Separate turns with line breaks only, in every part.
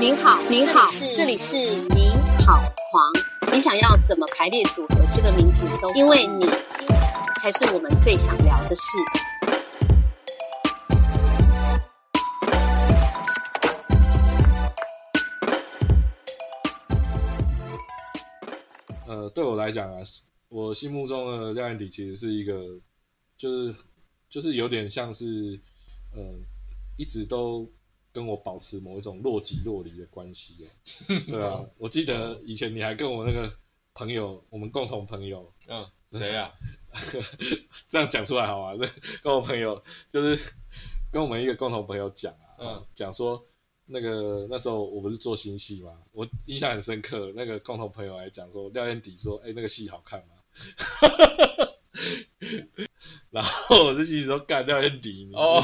您好，您好，这里是您好狂。你想要怎么排列组合这个名字都，因为你才是我们最想聊的事。
呃，对我来讲啊，是我心目中的廖安迪其实是一个，就是就是有点像是，呃，一直都跟我保持某一种若即若离的关系啊。对啊，我记得以前你还跟我那个朋友，我们共同朋友，
嗯，谁呀、
这样讲出来好吗？ 这跟我朋友就是跟我们一个共同朋友讲啊，
嗯
讲说那个那时候我不是做新戏嘛，我印象很深刻。那个共同朋友还讲说廖燕迪说，哎、那个戏好看吗？ 然后我就心里说，干廖燕迪，你
哦，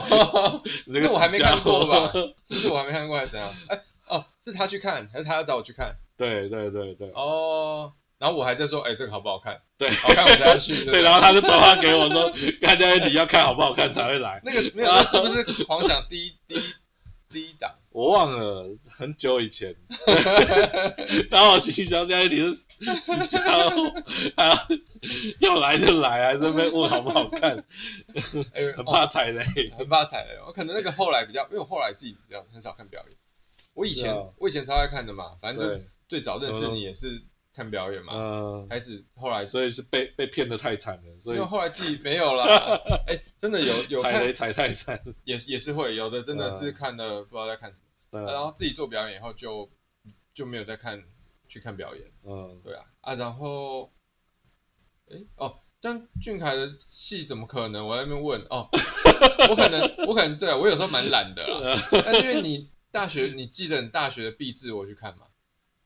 你这个
那我还没
死家
看
伙
过 吧？是不是我还没看过还是怎样？哎、哦，是他去看，还是他要找我去看？
对对对对、
哦，然后我还在说，哎、这个好不好看？
对
好看我才要去。不
对，然后他就传话给我说，干廖燕迪要看好不好看才会来。
那个没有，那是不是狂想第一 第一第一档？
我忘了很久以前， 然后我心想廖一婷是死家伙，啊，要来就来啊，这边问好不好看，
哎、
很
哦
怕踩雷。
很怕踩雷。我哦可能那个后来比较，因为我后来自己比较很少看表演。我以前、
是啊
我以前超爱看的嘛，反正就
对，
最早认
什么
识
都
你也是看表演嘛。
嗯，
开始后来，
所以是被被骗的太惨了，所
因
以
为后来自己 没有啦。哎、真的有有
踩
看
雷踩太惨。
也也是会有的，真的是
嗯
看的不知道在看什么， 啊然
嗯
后自己做表演以后就就没有再看去看表演，
嗯，
对啊啊，然后，哎哦，但俊凯的戏怎么可能？我在那边问哦，我可能我可能对啊、我有时候蛮懒的啦，
嗯
但是因为你大学你记得你大学的壁纸我去看嘛，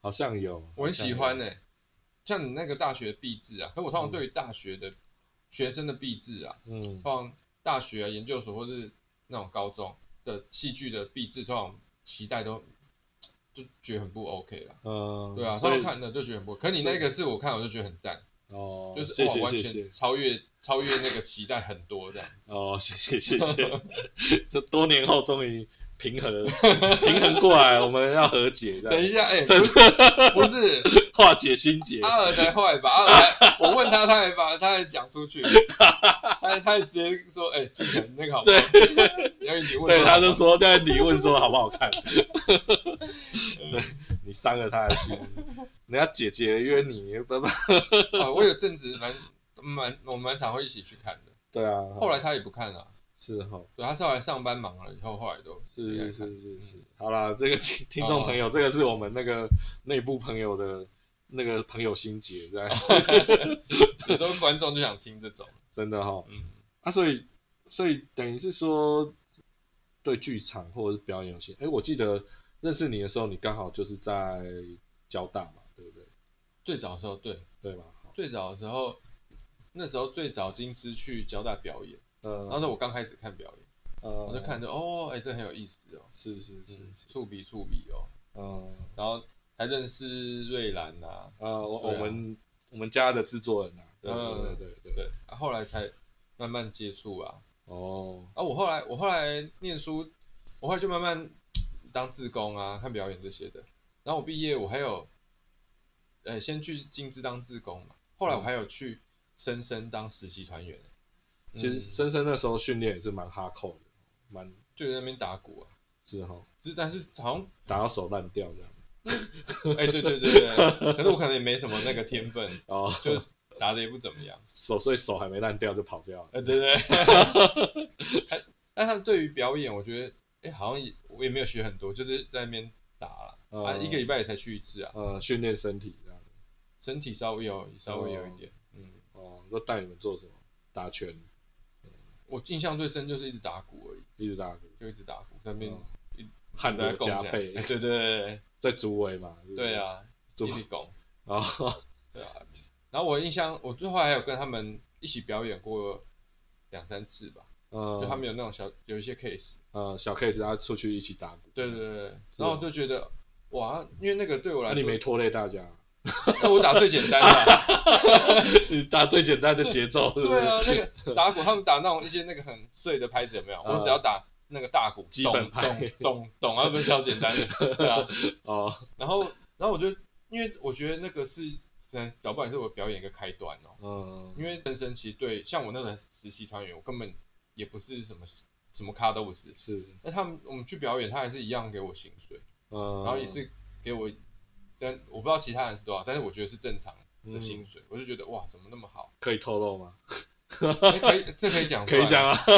好像有，
我很喜欢欸
的。
呢、像你那个大学壁纸啊，可我通常对于大学的学生的壁纸啊，
嗯，
通常大学、啊、研究所或是那种高中的戏剧的毕制，通常期待都就觉得很不 OK 啦。
嗯，
对啊，
所
上
以
看的就觉得很不，可你那个是我看我就觉得很赞，
哦，
就是
谢
哇，
谢
完
谢谢
全，超越超越那个期待很多这样 子。
哦，谢谢谢 谢，这多年后终于平衡平衡过来，我们要和解这样，
等一下，哎、
真
不是不是
化解心结。
阿尔才坏吧？阿尔才，我问他，他还把他还讲出 去，他还他还直接说，哎、俊凯那个好不好？然后你问
对，
说好
他就
不好
说，但你问说好不好看？对你伤了他的心，人家姐姐约你，爸爸。
啊，我有阵子蛮蛮我蛮常会一起去看的，
对啊，
后来他也不看了、
是哈，
对，他是后来上班忙了以后，后来都
是
没来
是
看
是是是
嗯。哦
好啦，这个听听众朋友，这个是我们那个内部朋友的那个朋友心结， 这样
有时候观众就想听这种，
真的哈。
嗯，
啊，所以所以等于是说，对剧场或者是表演有些，哎，我记得认识你的时候，你刚好就是在交大嘛，对不对？
最早的时候对，
对吧？好
最早的时候，那时候最早金枝去交大表演，
呃，
然后我刚开始看表演，
呃，
我就看着哦，哎、这很有意思哦，
是是是，
嗯，触笔触笔哦，
嗯
然后还认识瑞兰呐、啊，
啊，我我
对啊
们我们家的制作人啊，对对
嗯
对对对，
对，啊、后来才慢慢接触啊，
哦，
啊，我后来我后来念书，我后来就慢慢当志工啊，看表演这些的。然后我毕业，我还有，呃，先去金枝当志工嘛，后来我还有去深深当实习团员、欸，
其实
嗯
深深那时候训练也是蛮哈扣的，蛮
就在那边打鼓啊，
是哈，
只是但是好像，
打到手烂掉这样，
哎、对对对对，可是我可能也没什么那个天分，
哦，
就打的也不怎么样，
手所以手还没烂掉就跑掉了，
哎、对 对哎但他们对于表演，我觉得，哎、好像也我也没有学很多，就是在那边打了、啊，
嗯
一个礼拜也才去一次啊，
呃，训练身体这样，
身体稍微有稍微有一点，嗯，
哦，都带你们做什么？打拳，
我印象最深就是一直打鼓而已，
一直打鼓，
就一直打鼓，在那边
嗯汗
在
流
拱
浃
起来
背
哎，对对对
在竹围嘛，是不
对
是
对，啊，
竹
一直拱，
哦，
对啊。然后我印象，我最后还有跟他们一起表演过两三次吧，
呃，
就他们有那种小有一些 case，
呃小 case 他出去一起打鼓，
对对对对。
是
然后我就觉得哇，因为那个对我
嗯那
来
啊你
说
没拖累大家，
那我打最简单 的，啊
你打最简单的节 奏，是不
对
是？
啊，那个打鼓他们打那种一些那个很碎的拍子有没有？
嗯
我只要打那个大鼓，
基本拍
咚咚咚，啊，不是超简单 的，对啊。
哦，
然后然后我就因为我觉得那个是可能搞不好也是我表演一个开端哦，
嗯，
因为人生其实对像我那个实习团员，我根本也不是什么什么咖都不是，
是，
那他们我们去表演，他还是一样给我薪水，
嗯，
然后也是给我，但我不知道其他人是多少，但是我觉得是正常的薪
嗯
水，我就觉得哇，怎么那么好？
可以透露吗？
哎可以， 这可以讲，
可以讲
啊，
啊，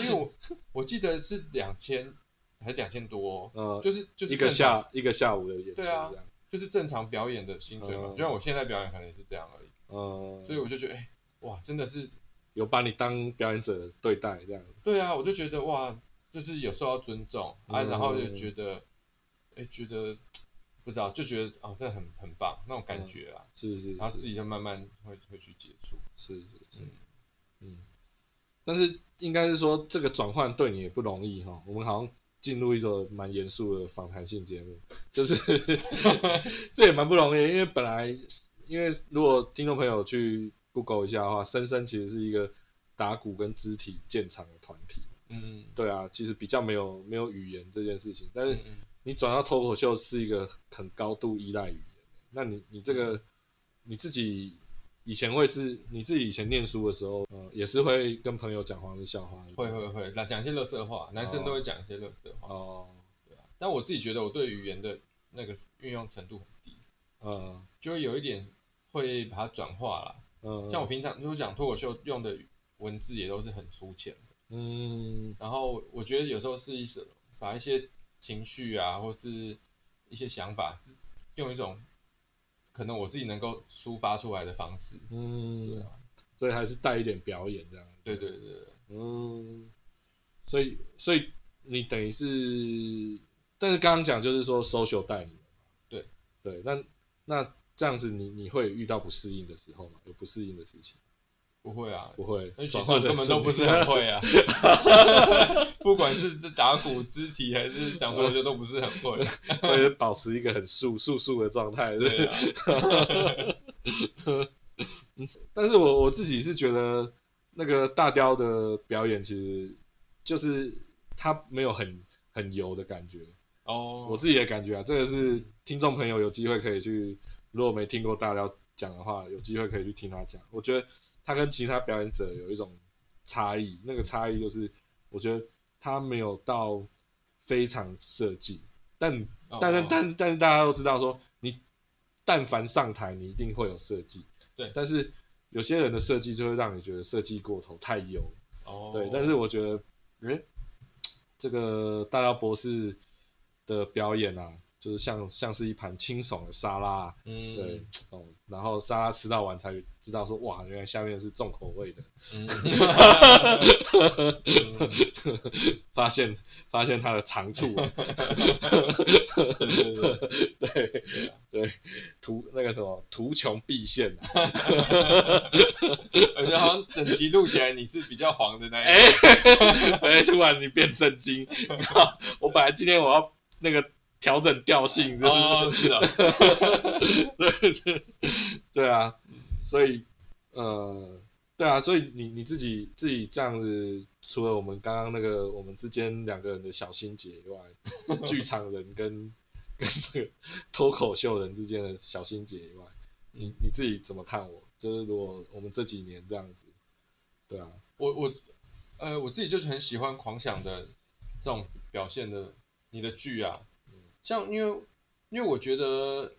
因为我我记得是两千还是两千多、哦，
嗯，
就是 就是
一个
正常
下一个下午的演出，
对啊
这样，
就是正常表演的薪水嘛，
嗯
就像我现在表演可能也是这样而已，
嗯，
所以我就觉得哎、哇，真的是
有把你当表演者对待这样，
对啊，我就觉得哇，就是有受到尊重啊，
嗯
然后就觉得，哎、觉得不知道，就觉得哦，真的很很棒那种感觉啦。
是是
然后自
是
己就慢慢会会去接触，
是是是
嗯，
嗯，但是应该是说这个转换对你也不容易哈，我们好像。进入一种蛮严肃的访谈性节目，就是这也蛮不容易，因为本来因为如果听众朋友去 Google 一下的话，深深其实是一个打鼓跟肢体建长的团体，
嗯
对啊，其实比较没有没有语言这件事情，但是
嗯嗯，
你转到脱口秀是一个很高度依赖语言的。那你你这
嗯
个你自己以前会是你自己以前念书的时候，呃，也是会跟朋友讲黄日笑话，
会会会，那讲一些乐色话，男生都会讲一些乐色话，
哦，
对啊。但我自己觉得我对语言的那个运用程度很低，
呃
就会有一点会把它转化啦。
呃，
像我平常如果讲脱口秀用的文字也都是很粗浅的
嗯
然后我觉得有时候是一些把一些情绪啊，或是一些想法，是用一种可能我自己能够抒发出来的方式。对
嗯
啊，
所以还是带一点表演这样，
对对对对，
嗯，所以所以你等于是，但是刚刚讲就是说 social 带你们嘛，
对
对，那那这样子你你会遇到不适应的时候吗？有不适应的事情？
不会啊，
不会
因为，其
转
实我
换的
根本都不是很会啊， 不管是打鼓、肢体还是讲脱口秀，都不是很 会。
顺利，所以保持一个很素素素的状态。
对啊，
但是我我自己是觉得那个大雕的表演其实就是他没有很很油的感觉，
哦，
我自己的感觉啊，这个是听众朋友有机会可以去，如果没听过大雕讲的话，有机会可以去听他讲。我觉得他跟其他表演者有一种差异，那个差异就是，我觉得他没有到非常设计，但
哦
但是
哦
但但是大家都知道说，你但凡上台，你一定会有设计，
对
但是有些人的设计就会让你觉得设计过头，太油了。
哦，
对，但是我觉得，诶，这个大雕博士的表演啊，就是像像是一盘清爽的沙拉啊、
嗯，
对，哦，然后沙拉吃到完才知道说，哇，原来下面是重口味的，
嗯，
发现发现它的长处啊、
对对对对
对
对啊，
对，图那个什么图穷匕见啊，
而且好像整集录起来你是比较黄的那一种。
哎、哎，突然你变震惊，靠我本来今天我要那个调整调性，就是。
哦，是的，
对对啊，所以呃，对啊，所以你你自己自己这样子，除了我们刚刚那个我们之间两个人的小心结以外， 剧场人跟跟这个脱口秀人之间的小心结以外，你你自己怎么看我？就是如果我们这几年这样子，对啊，
我我呃，我自己就是很喜欢狂想的这种表现的你的剧啊，像因为因为我觉得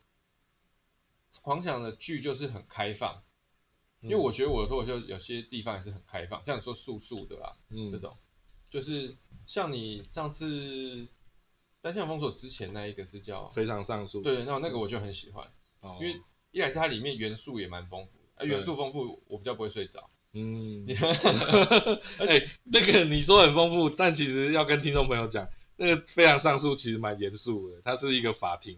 狂想的剧就是很开放，因为
嗯
我觉得我的脱口秀有些地方也是很开放，像你说素素的啦、
嗯
这种，就是像你上次单向封锁之前那一个是叫
非常上诉，，
对，那那个我就很喜欢，
哦、
因为一来是它里面元素也蛮丰富的，呃，元素丰富我比较不会睡着，
嗯， 哎、那个你说很丰富，但其实要跟听众朋友讲，那个非常上诉其实蛮严肃的，它是一个法庭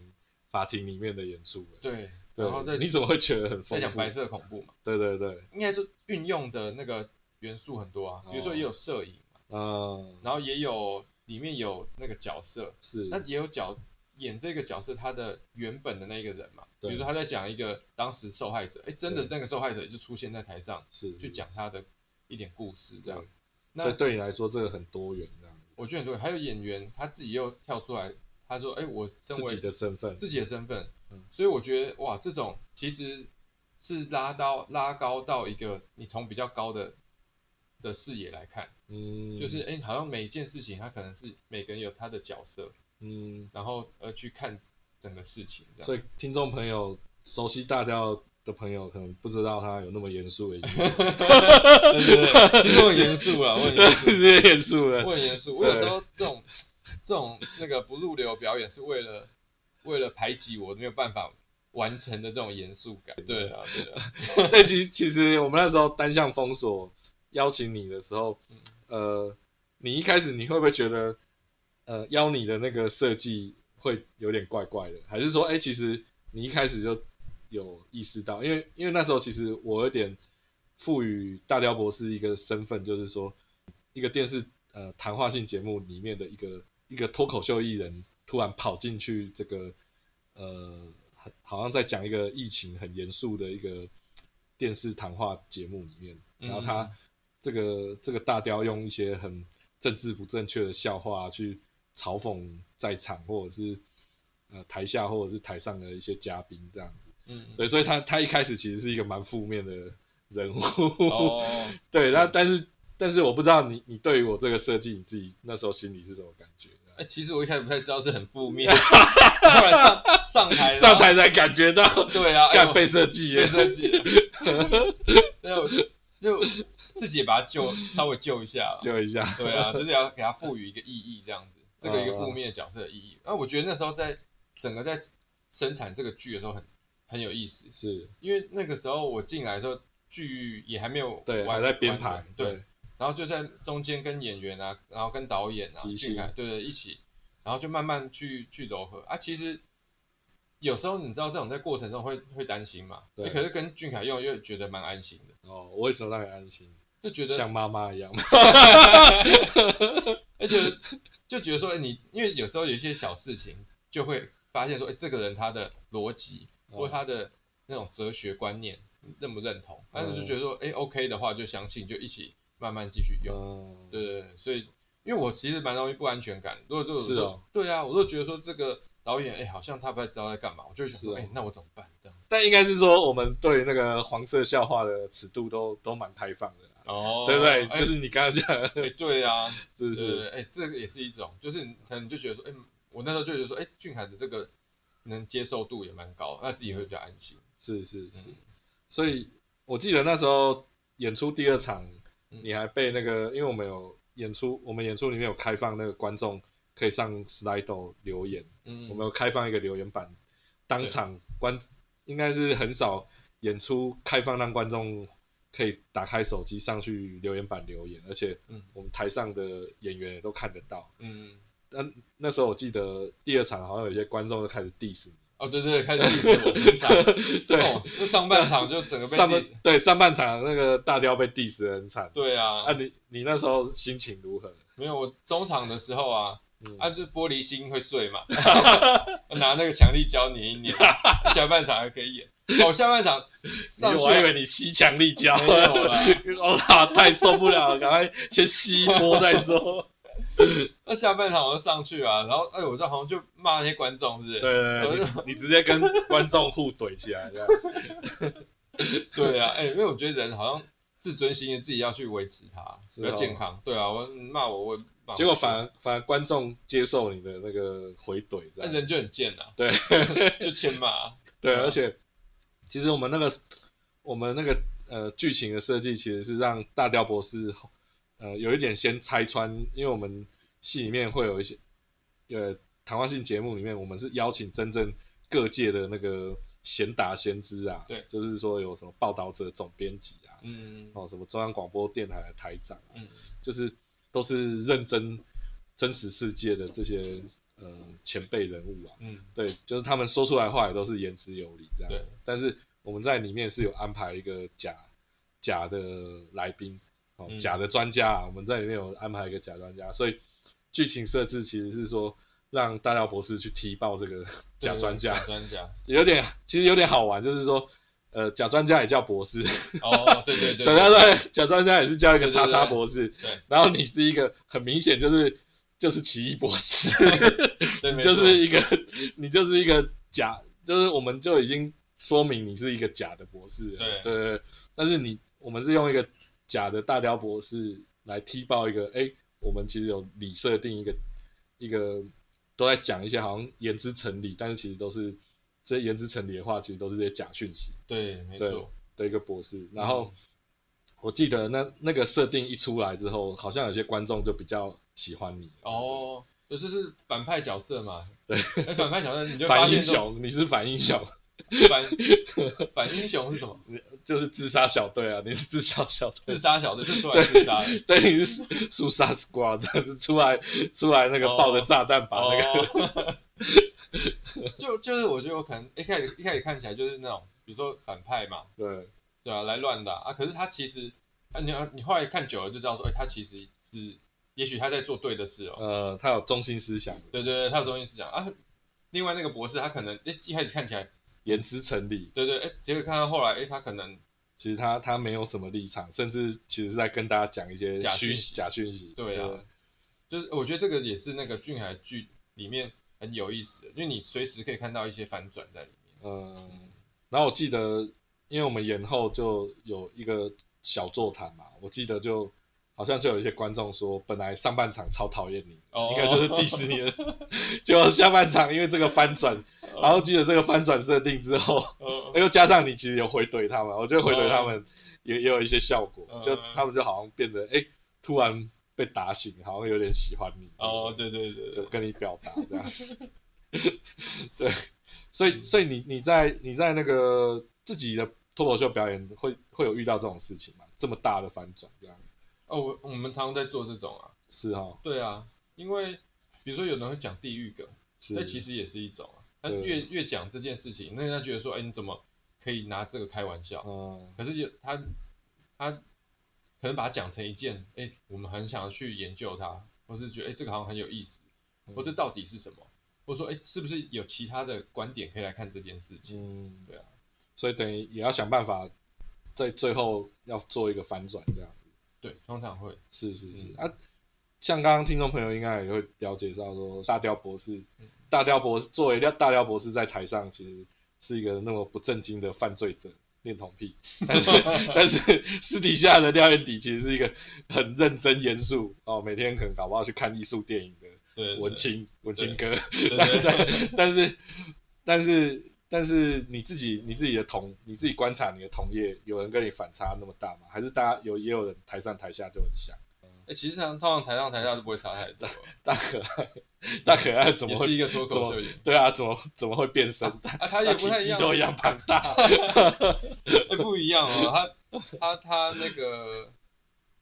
法庭里面的演出。
对，
对，
然后再
你怎么会觉得很
在
丰
讲
富
白？色恐怖嘛，
对对对，
应该说运用的那个元素很多啊，比
哦
如说也有摄影嘛，
嗯，
然后也有里面有那个角色，
是，
那也有角演这个角色他的原本的那个人嘛，比
对
如说他在讲一个当时受害者，哎，真的是那个受害者就出现在台上
是
去讲他的一点故事这样
对。
那
所以对你来说这个很多元这样，
我觉得很对，还有演员他自己又跳出来，他说：“哎，我身
自
为
己的身份，
自己的身份。
嗯
所以我觉得哇，这种其实是拉到拉高到一个你从比较高的的视野来看，
嗯，
就是哎、诶好像每件事情它可能是每个人有他的角色，
嗯，
然后呃去看整个事情这样。
所以听众朋友熟悉大调的朋友可能不知道他有那么严肃的一面，
对对 对，其实我很严肃啦，我很严肃，
是严肃
我
的，
很严肃。我有时候这种这种那个不入流表演是为了为了排挤我没有办法完成的这种严肃感。对啊，对啊，
对，其实其实我们那时候单向封锁邀请你的时候，呃，你一开始你会不会觉得，呃，邀你的那个设计会有点怪怪的，还是说，哎、其实你一开始就有意识到，因为因为那时候其实我有点赋予大雕博士一个身份，就是说一个电视呃谈话性节目里面的一个一个脱口秀艺人突然跑进去这个呃很好像在讲一个疫情很严肃的一个电视谈话节目里面，然后他
嗯
这个这个大雕用一些很政治不正确的笑话去嘲讽在场或者是呃台下或者是台上的一些嘉宾这样子，
嗯，嗯
对，所以他他一开始其实是一个蛮负面的人物，
哦。
对，那但是但是我不知道你你对于我这个设计你自己那时候心里是什么感觉？
哎、其实我一开始不太知道是很负面，后来上上台了
上台才感觉到
对啊，哎
干
呦
被设计了
被，设计了，那我就自己也把它救稍微救一下啦，
就一下，
对啊，就是要给它赋予一个意义这样子，这个一个
嗯
负面角色的意义。那我觉得那时候在整个在生产这个剧的时候很很有意思，
是
因为那个时候我进来的时候剧也还没有
对，
完
还在编
完
排
成，对，，然后就在中间跟演员啊，然后跟导演啊，
即兴
进来对对一起，然后就慢慢去去柔合啊。其实有时候你知道这种在过程中会会担心嘛，
对
诶可是跟俊凯用又觉得蛮安心的，
哦，我为什么让你安心？
就觉
像
得
妈妈 一样，
而且就觉得说诶哎你，因为有时候有一些小事情就会发现说，哎，这个人他的逻辑
哦
或他的那种哲学观念认不认同，但是就
嗯
觉得说，哎，OK 的话就相信，就一起慢慢继续用。
嗯，
对对对，所以因为我其实蛮容易不安全感，如果就是
哦，
对啊，我都觉得说这个导演哎、好像他不太知道在干嘛，我就会想说
是
哎、
哦
那我怎么办这样？
但应该是说我们对那个黄色笑话的尺度都都蛮开放的啦，
哦
对不对？
哎
就是你刚刚讲的，
哎、对啊，
是不
对对
是？
对哎、这个也是一种，就是你可能就觉得说哎、我那时候就觉得说哎、俊凯的这个能接受度也蛮高，那自己会比较安心。
是是是
嗯，
所以我记得那时候演出第二场，
嗯
你还被那个，因为我们有演出，我们演出里面有开放那个观众可以上 Slido 留言，
嗯，
我们有开放一个留言板，当场观应该是很少演出开放让观众可以打开手机上去留言板留言，而且
嗯
我们台上的演员也都看得到。
嗯。
那那时候我记得第二场好像有些观众就开始 diss 你。
哦，对对，对开始 diss 我平常，
对
哦，那上半场就整个被
上半
diss，
对上半场那个大雕被 diss 得很惨，
对啊
啊，，你你那时候心情如何？
没有，我中场的时候啊，
嗯
啊，就玻璃心会碎嘛， 拿那个强力胶粘一粘，下半场还可以演。哦，下半场上
你
去啊
我还以为你吸强力胶，
没 有啦
我操，啊太受不了了，赶快先吸一波再 说。
那下半场我就上去啊，然后哎，我就好像就骂那些观众，是不是？
对对对，你你直接跟观众互怼起来， 这样
对啊，哎，因为我觉得人好像自尊心自己要去维持它，
是
比较
哦
健康。对啊，我骂我我也骂回去，
结果反而反而观众接受你的那个回怼，这
那
样
人就很贱啊，
对
就欠骂啊。
对，
嗯
而且其实我们那个我们那个呃剧情的设计，其实是让大雕博士呃有一点先拆穿，因为我们戏里面会有一些呃谈话性节目里面，我们是邀请真正各界的那个贤达贤知啊，
对
就是说有什么报道者、总编辑啊，
嗯
哦什么中央广播电台的台长啊，
嗯
就是都是认真真实世界的这些呃前辈人物啊，
嗯，
对，就是他们说出来的话也都是言之有理这样。
对，
但是我们在里面是有安排一个假假的来宾，哦，
嗯
假的专家啊，我们在里面有安排一个假专家，所以剧情设置其实是说，让大廖博士去踢爆这个假专家，
假专家，
有点其实有点好玩，就是说，呃，假专家也叫博士，
哦，对对 对，
假专家假专家也是叫一个
对对
叉
对
叉博士，
对
然后你是一个很明显就是就是奇异博 士，
对，没
就
错
是一个你就是一个假，就是我们就已经说明你是一个假的博士了，
对
对对，但是你我们是用一个假的大雕博士来踢爆一个，哎，我们其实有理设定一个一个都在讲一些好像言之成理，但是其实都是这些言之成理的话，其实都是这些假讯息
对，没
对
错，
的一个博士，然后。
嗯
我记得那那个设定一出来之后，好像有些观众就比较喜欢你，
哦，对，就是反派角色嘛，对，反派角色你就发
反英
现说
雄，你是反英雄，
反 反英雄是什么？
就是自杀小队啊，你是自杀小队
自，杀小队就出来自杀了，
对，你是肃杀 squad 这样子出来出来那个
哦
抱着炸弹把那个、
哦， 就就是我觉得我可能一开始一开始看起来就是那种，比如说反派嘛，
对
对啊，来乱的啊。啊可是他其实，啊，你你后来看久了就知道说，哎、他其实是，也许他在做对的事哦。
呃，他有中心思想，
对对对，他有中心思想啊。另外那个博士，他可能哎、一开始看起来，
言之成理，
对对，哎、结果看到后来，哎、他可能
其实他他没有什么立场，甚至其实是在跟大家讲一些
假
虚
讯息
假讯息，
对啊，就是我觉得这个也是那个俊海剧里面很有意思的，因为你随时可以看到一些反转在里面。
嗯，然后我记得，因为我们延后就有一个小座谈嘛，我记得就好像就有一些观众说，本来上半场超讨厌你，
哦
应该就是迪士尼的， 结果下半场因为这个翻转，
哦
然后记得这个翻转设定之后，
呃，
又加上你其实有回怼他们，我觉得回怼他们也、也有一些效果，
哦嗯
就他们就好像变得哎、诶突然被打醒，好像有点喜欢你
哦，对对对
有
对，
跟你表达这样。 对，所以所以你你在你在那个自己的脱口秀表演会会有遇到这种事情吗？这么大的反转这样
哦，我我们常常在做这种啊，
是哈
对啊，因为比如说有人会讲地狱梗。
是
那哎其实也是一种啊。他
对
越越讲这件事情，那人家觉得说，哎，你怎么可以拿这个开玩笑？
嗯
可是有他他可能把它讲成一件，哎，我们很想要去研究它，或是觉得，哎，这个好像很有意思，或这到底是什么？或者说，哎，是不是有其他的观点可以来看这件事情？
嗯
对啊，
所以等于也要想办法在最后要做一个反转这样。
对，通常 会，
是是是、
嗯
啊，像刚刚听众朋友应该也会了解到说，大雕博士
嗯，
大雕博士作为大雕博士在台上其实是一个那么不正经的犯罪者。恋童 癖，但是但是私底下的廖彦底其实是一个很认真严肃哦，每天可能搞不好去看艺术电影的
对，对
文，青文青哥，
对
但
对对，
但但是但是但是你自己你自己的同你自己观察你的同业，有人跟你反差那么大吗？还是大家有也有人台上台下就很像？
哎，其实上通常台上台下都不会差太多，
大可爱，大可爱怎么
也
会
是一个脱口
怎
秀
么
演员
对啊，怎么怎么会变身？
啊，他也不
体
太一
积
样，
都一样庞大。
哎、不一样哦，他他他那个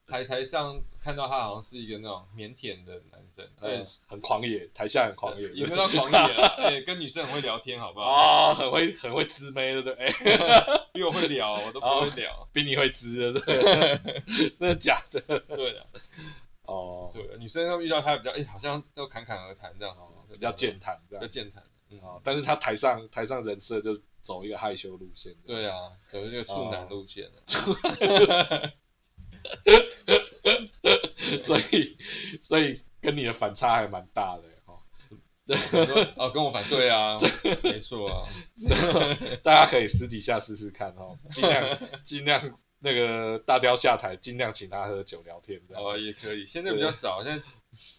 台台上看到他好像是一个那种腼腆的男生，
呃
哎、，
很狂野，台下很狂野，
也没有啊到狂野啦，哎、跟女生很会聊天，好不好？
哦，很会很会滋妹，对不对？哎，
比我会聊，我都不
哦
会聊。
比你会滋，对 不对？真的假的？
对啊的，
哦，
对啊的，女生要遇到他比较，哎、好像都侃侃而谈这样，
哦，比较健，谈这
比较
样。
健谈。嗯，
哦，但是他台上台上人设就走一个害羞路线。
对啊，走这个处
哦
男路线了。
所以所以跟你的反差还蛮大的哦。
我说哦，跟我反对啊，没错啊，
大家可以私底下试试看 哦，尽量尽量那个大雕下台，尽量请他喝酒聊天这样。
哦也可以。现在比较少，现在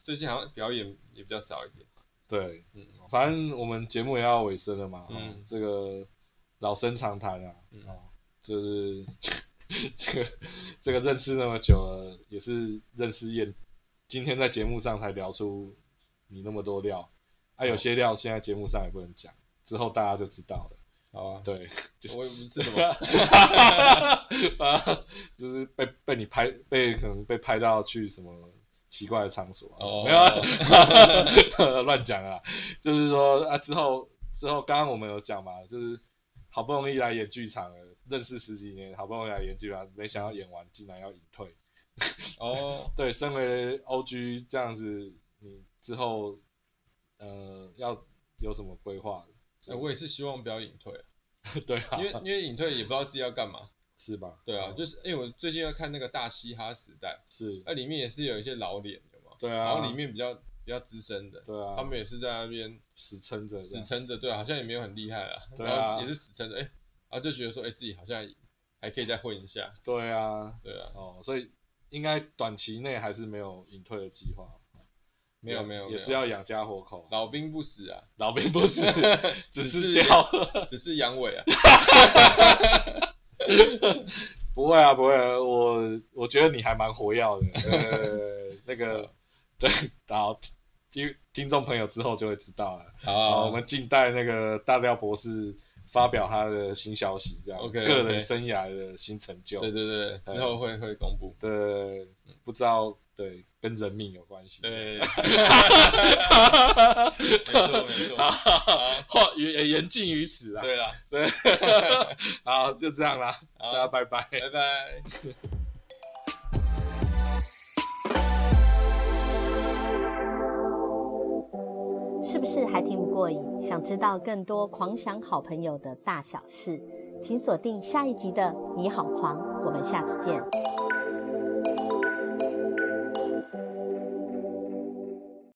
最近好像表演也比较少一点。
对，
嗯，
反正我们节目也要尾声了嘛，
嗯
哦这个老生常谈啊，
嗯
哦，就是 这个这个认识那么久了，也是认识燕，今天在节目上才聊出你那么多料，啊，有些料现在节目上也不能讲，之后大家就知道了。
好啊，
对，
我也不是什 么。
啊，就是被被你拍，被可能被拍到去什么奇怪的场所、啊，
哦
没有啊， 乱讲啊，就是说啊，之后之后，刚刚我们有讲嘛，就是好不容易来演剧场了，认识十几年，好不容易来演剧场，没想到演完竟然要隐退，
哦，
对，身为 OG 这样子，你之后呃要有什么规划？
哎我也是希望不要隐退啊，
对啊，
因为因为隐退也不知道自己要干嘛。
是吧？
对啊，
嗯
就是哎、我最近要看那个《大嘻哈时代》，
是
那里面也是有一些老脸，有吗？
对啊
然后里面比较比较资深的，
对啊，
他们也是在那边
死撑着这
死
样，
撑着，对啊，好像也没有很厉害啊，
对啊
然后也是死撑着，哎、然后就觉得说，哎、自己好像还可以再混一下，
对啊，
对啊，
哦，所以应该短期内还是没有隐退的计划，
没有
也
没有，
也是
没有
要养家活口，
老兵不死啊，
老兵不 是，只
是
是掉，
只是阳痿啊，
不会啊，不会啊，我我觉得你还蛮活跃的，呃，那个 对，好，听听众朋友之后就会知道了。
好
好，
啊，
我们静待那个大廖博士发表他的新消息，这样
OK，OK
个人生涯的新成就。
对对对，
嗯
对之后会会公布，
对，不知道对跟人命有关系。
对，没错没错，好，
好，也也言尽于此啊。
对了，
对， 好，就这样啦，
好
大家拜拜。
拜拜。
是不是还听不过瘾？想知道更多狂想好朋友的大小事，请锁定下一集的《你好狂》，我们下次见。